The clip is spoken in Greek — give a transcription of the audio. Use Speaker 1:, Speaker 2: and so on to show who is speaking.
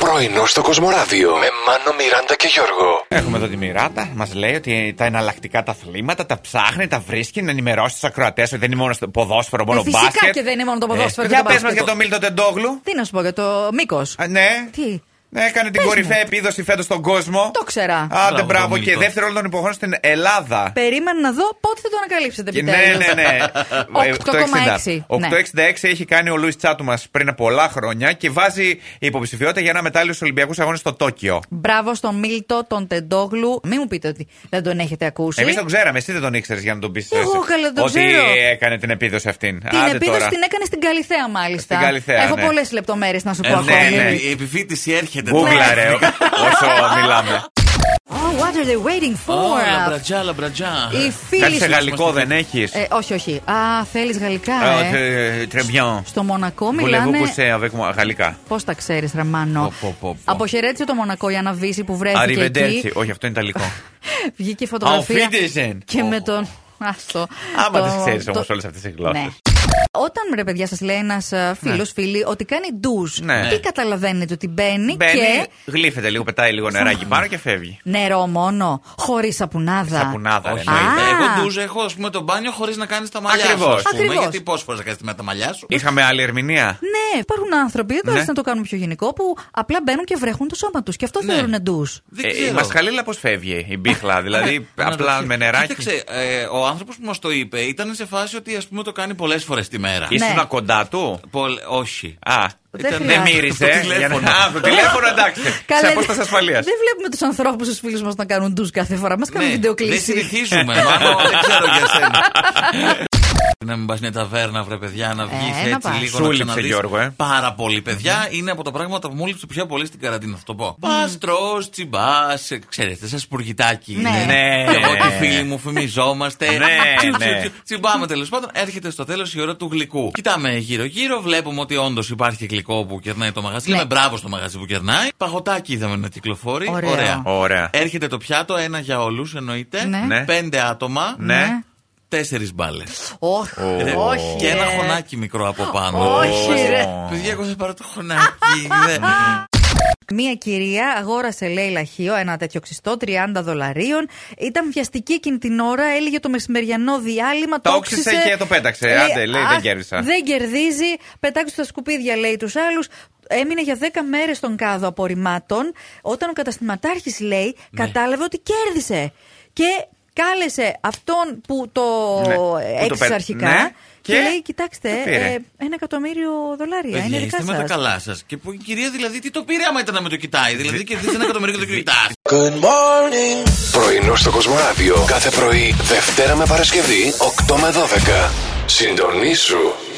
Speaker 1: Πρωινό στο Κοσμοράδιο με Μάνο, Μιράντα και Γιώργο.
Speaker 2: Έχουμε εδώ τη Μιράτα. Μας λέει ότι τα εναλλακτικά τα αθλήματα τα ψάχνει, τα βρίσκει, να ενημερώσει τους ακροατές ότι δεν είναι μόνο στο ποδόσφαιρο, μόνο
Speaker 3: Ε, φυσικά
Speaker 2: μπάσκετ.
Speaker 3: και δεν είναι μόνο το ποδόσφαιρο και
Speaker 2: για
Speaker 3: το
Speaker 2: πες μας για
Speaker 3: μπάσκετ.
Speaker 2: τον Μίλτο Τεντόγλου.
Speaker 3: Τι να σου πω για το μήκος.
Speaker 2: Α, ναι.
Speaker 3: Τι.
Speaker 2: Ναι, έκανε την
Speaker 3: Πες
Speaker 2: κορυφαία
Speaker 3: μου.
Speaker 2: επίδοση φέτος στον κόσμο.
Speaker 3: Το ξέρα.
Speaker 2: Άντε,
Speaker 4: Μπράβο,
Speaker 2: μπράβο.
Speaker 4: τον
Speaker 2: Και
Speaker 4: Μίλτο.
Speaker 2: δεύτερο όλων των υποχρεών στην Ελλάδα.
Speaker 3: Περίμενα να δω πότε θα το ανακαλύψετε
Speaker 2: Και Ναι,
Speaker 3: επιτέλου.
Speaker 2: ναι, ναι.
Speaker 3: 8,6.
Speaker 2: 8,66
Speaker 3: Ναι.
Speaker 2: έχει κάνει ο Λουίς Τσάτου μας πριν από πολλά χρόνια και βάζει υποψηφιότητα για ένα μετάλλιο στους Ολυμπιακούς Αγώνες στο Τόκιο.
Speaker 3: Μπράβο στον Μίλτο, τον Τεντόγλου. Μην μου πείτε ότι δεν τον έχετε ακούσει.
Speaker 2: Εμείς τον ξέραμε, εσύ δεν τον ήξερες για να τον πεις.
Speaker 3: Εγώ, καλέ, τον
Speaker 2: Ότι
Speaker 3: ξέρω.
Speaker 2: έκανε την επίδοση αυτήν.
Speaker 3: Την
Speaker 2: Άντε
Speaker 3: επίδοση
Speaker 2: τώρα.
Speaker 3: την έκανε στην Καλιθέα, μάλιστα.
Speaker 2: Στην Καλιθέα,
Speaker 3: Έχω
Speaker 2: ναι.
Speaker 3: πολλές λεπτομέρειες να σου πω
Speaker 2: Ε,
Speaker 3: ακόμη.
Speaker 2: ναι, ναι.
Speaker 4: Η επιφύτηση έρχεται.
Speaker 2: Γκούγκλα
Speaker 3: Ναι.
Speaker 4: τώρα.
Speaker 2: ρε, όσο μιλάμε.
Speaker 3: Oh, what are they waiting for?
Speaker 4: Όλα μπρατζά, λαμπρατζά.
Speaker 3: Οι
Speaker 2: Κάτι
Speaker 3: φίλοι
Speaker 2: σε
Speaker 3: σου.
Speaker 2: γαλλικό δεν έχεις.
Speaker 3: Ε, όχι, όχι. Α, θέλεις γαλλικά. Ε.
Speaker 2: Τρεμπιόν.
Speaker 3: Στο Μονακό
Speaker 2: Βουλεύω
Speaker 3: μιλάνε.
Speaker 2: κουσέ avec moi, γαλλικά.
Speaker 3: Πώς τα ξέρεις, Ραμάνο.
Speaker 2: Πω, πω, πω, πω.
Speaker 3: Αποχαιρέτησε το Μονακό η Αναβίση που βρέθηκε
Speaker 2: Αριβεντέρτσι.
Speaker 3: εκεί. Ναι,
Speaker 2: Όχι, αυτό είναι ιταλικό.
Speaker 3: Βγήκε η φωτογραφία.
Speaker 2: Auf Wiedersehen.
Speaker 3: Και
Speaker 2: Ω.
Speaker 3: με τον. Άστο.
Speaker 2: Άμα
Speaker 3: Το-
Speaker 2: τις ξέρεις
Speaker 3: το-
Speaker 2: όμως όλες αυτές τις γλώσσες.
Speaker 3: Ναι. Όταν ρε παιδιά σας λέει ένας φίλο φίλη ότι κάνει ντουζ,
Speaker 2: Ναι.
Speaker 3: τι καταλαβαίνετε ότι μπαίνει,
Speaker 2: Μπαίνει,
Speaker 3: και
Speaker 2: γλύφεται λίγο, πετάει λίγο νεράκι πάνω και φεύγει.
Speaker 3: νερό μόνο, χωρίς σαπουνάδα.
Speaker 2: Σαπουνάδα, ρε,
Speaker 4: Όχι,
Speaker 2: εννοείται.
Speaker 3: Α.
Speaker 4: εγώ ντουζ έχω ας πούμε το μπάνιο χωρίς να κάνεις τα μαλλιά σου.
Speaker 2: Ακριβώς. Ε,
Speaker 4: ας πούμε,
Speaker 3: Ακριβώς.
Speaker 4: Γιατί πόσε φορέ θα κάνει με τα μαλλιά σου.
Speaker 2: Είχαμε άλλη ερμηνεία.
Speaker 3: Ναι, υπάρχουν άνθρωποι, δεν
Speaker 2: Ναι.
Speaker 3: ναι. να το κάνουν πιο γενικό, που απλά μπαίνουν και βρέχουν το σώμα τους. Και αυτό
Speaker 4: Ναι.
Speaker 3: θεωρούν ντουζ.
Speaker 4: Δεν ξέρω.
Speaker 2: η μασχαλίλα πώς φεύγει η
Speaker 3: Ναι,
Speaker 2: μπίχλα, δηλαδή
Speaker 4: Να
Speaker 2: ε, απλά
Speaker 4: ρωτήσω.
Speaker 2: με νεράκι.
Speaker 4: Κοίταξε, ε, ο άνθρωπος που μας το είπε ήταν σε φάση ότι ας πούμε το κάνει πολλές φορές τη μέρα.
Speaker 3: Ναι.
Speaker 2: Ήσουν κοντά του.
Speaker 4: Πολ- όχι.
Speaker 2: Α,
Speaker 3: Δεν
Speaker 2: ήταν- δεν
Speaker 3: χρειάζεται.
Speaker 2: μύρισε.
Speaker 4: Το τηλέφωνο.
Speaker 2: για να- Α, το τηλέφωνο εντάξει. Σε απόσταση ασφαλείας.
Speaker 3: Δεν βλέπουμε τους ανθρώπους, τους φίλους μας να κάνουν ντουζ κάθε φορά. Μας κάνουν
Speaker 4: Ναι, Δεν
Speaker 3: βιντεοκλήση.
Speaker 4: συνηθίζουμε. Μάλλον δεν ξέρω για σένα. Να μην πας μια ταβέρνα, βρε παιδιά, να βγεις
Speaker 3: Ε, να
Speaker 4: έτσι
Speaker 3: πας. Ναι.
Speaker 4: λίγο
Speaker 2: Σου
Speaker 4: να
Speaker 2: λείψε,
Speaker 4: ξαναδείς.
Speaker 2: Γιώργο, ε.
Speaker 4: Πάρα πολύ, παιδιά. Είναι από τα πράγματα που μου λείψε πιο πολύ στην καραντίνα, θα το πω. Πα, τρώ, τσιμπάς, ε, ξέρετε, σαν σπουργητάκι.
Speaker 3: Ναι.
Speaker 4: είναι.
Speaker 2: Ναι.
Speaker 4: Και εγώ και οι φίλοι μου φημιζόμαστε.
Speaker 2: Ναι,
Speaker 4: Τσιου,
Speaker 2: ναι.
Speaker 4: τσιου, Τσιμπάμε τέλος πάντων. Έρχεται στο τέλος η ώρα του γλυκού. Κοιτάμε γύρω-γύρω, βλέπουμε ότι όντως υπάρχει γλυκό που κερνάει το μαγαζί.
Speaker 3: Ναι.
Speaker 4: Λέμε μπράβο στο μαγαζί που κερνάει. Παγωτάκι είδαμε να κυκλοφορεί.
Speaker 3: Ωραίο.
Speaker 2: Ωραία.
Speaker 4: Έρχεται το πιάτο, ένα για όλους εννοείται.
Speaker 3: Ναι.
Speaker 2: Ναι.
Speaker 4: Πέντε άτομα.
Speaker 2: Ναι.
Speaker 4: Τέσσερις μπάλες.
Speaker 3: Όχι,
Speaker 2: Ε,
Speaker 3: όχι.
Speaker 4: Και ένα
Speaker 3: ρε.
Speaker 4: χωνάκι μικρό από πάνω.
Speaker 3: Όχι, ρε.
Speaker 4: Παιδιά, εγώ θα πάρω το χωνάκι. δε.
Speaker 3: Μία κυρία αγόρασε, λέει, λαχείο, ένα τέτοιο ξυστό, 30 δολαρίων. Ήταν βιαστική εκείνη την ώρα, έλεγε το μεσημεριανό διάλειμμα.
Speaker 2: Το
Speaker 3: Το
Speaker 2: όξισε και το πέταξε. Άντε, λέει, δεν
Speaker 3: «Αχ,
Speaker 2: κέρδισα».
Speaker 3: Δεν κερδίζει, πετάξτε τα σκουπίδια, λέει τους άλλους. Έμεινε για 10 μέρες στον κάδο απορριμμάτων. Όταν ο καταστηματάρχης λέει,
Speaker 2: Ναι.
Speaker 3: κατάλαβε ότι κέρδισε. Και κάλεσε αυτόν που το
Speaker 2: Ναι, που το
Speaker 3: έξισε
Speaker 2: πέ-
Speaker 3: αρχικά.
Speaker 2: ναι,
Speaker 3: Και,
Speaker 2: και
Speaker 3: λέει, κοιτάξτε,
Speaker 2: το πήρε.
Speaker 3: ε, ένα εκατομμύριο δολάρια. είναι
Speaker 4: Παιδιά,
Speaker 3: δικά
Speaker 4: είστε με τα
Speaker 3: σας».
Speaker 4: καλά σας. Και που η κυρία δηλαδή τι το πήρε άμα ήταν να με το κοιτάει. Δηλαδή κερδίζει ένα εκατομμύριο και το κοιτάς.
Speaker 1: Πρωινό στο Κοσμοράδιο κάθε πρωί, Δευτέρα με Παρασκευή, 8 με 12. Συντονίσου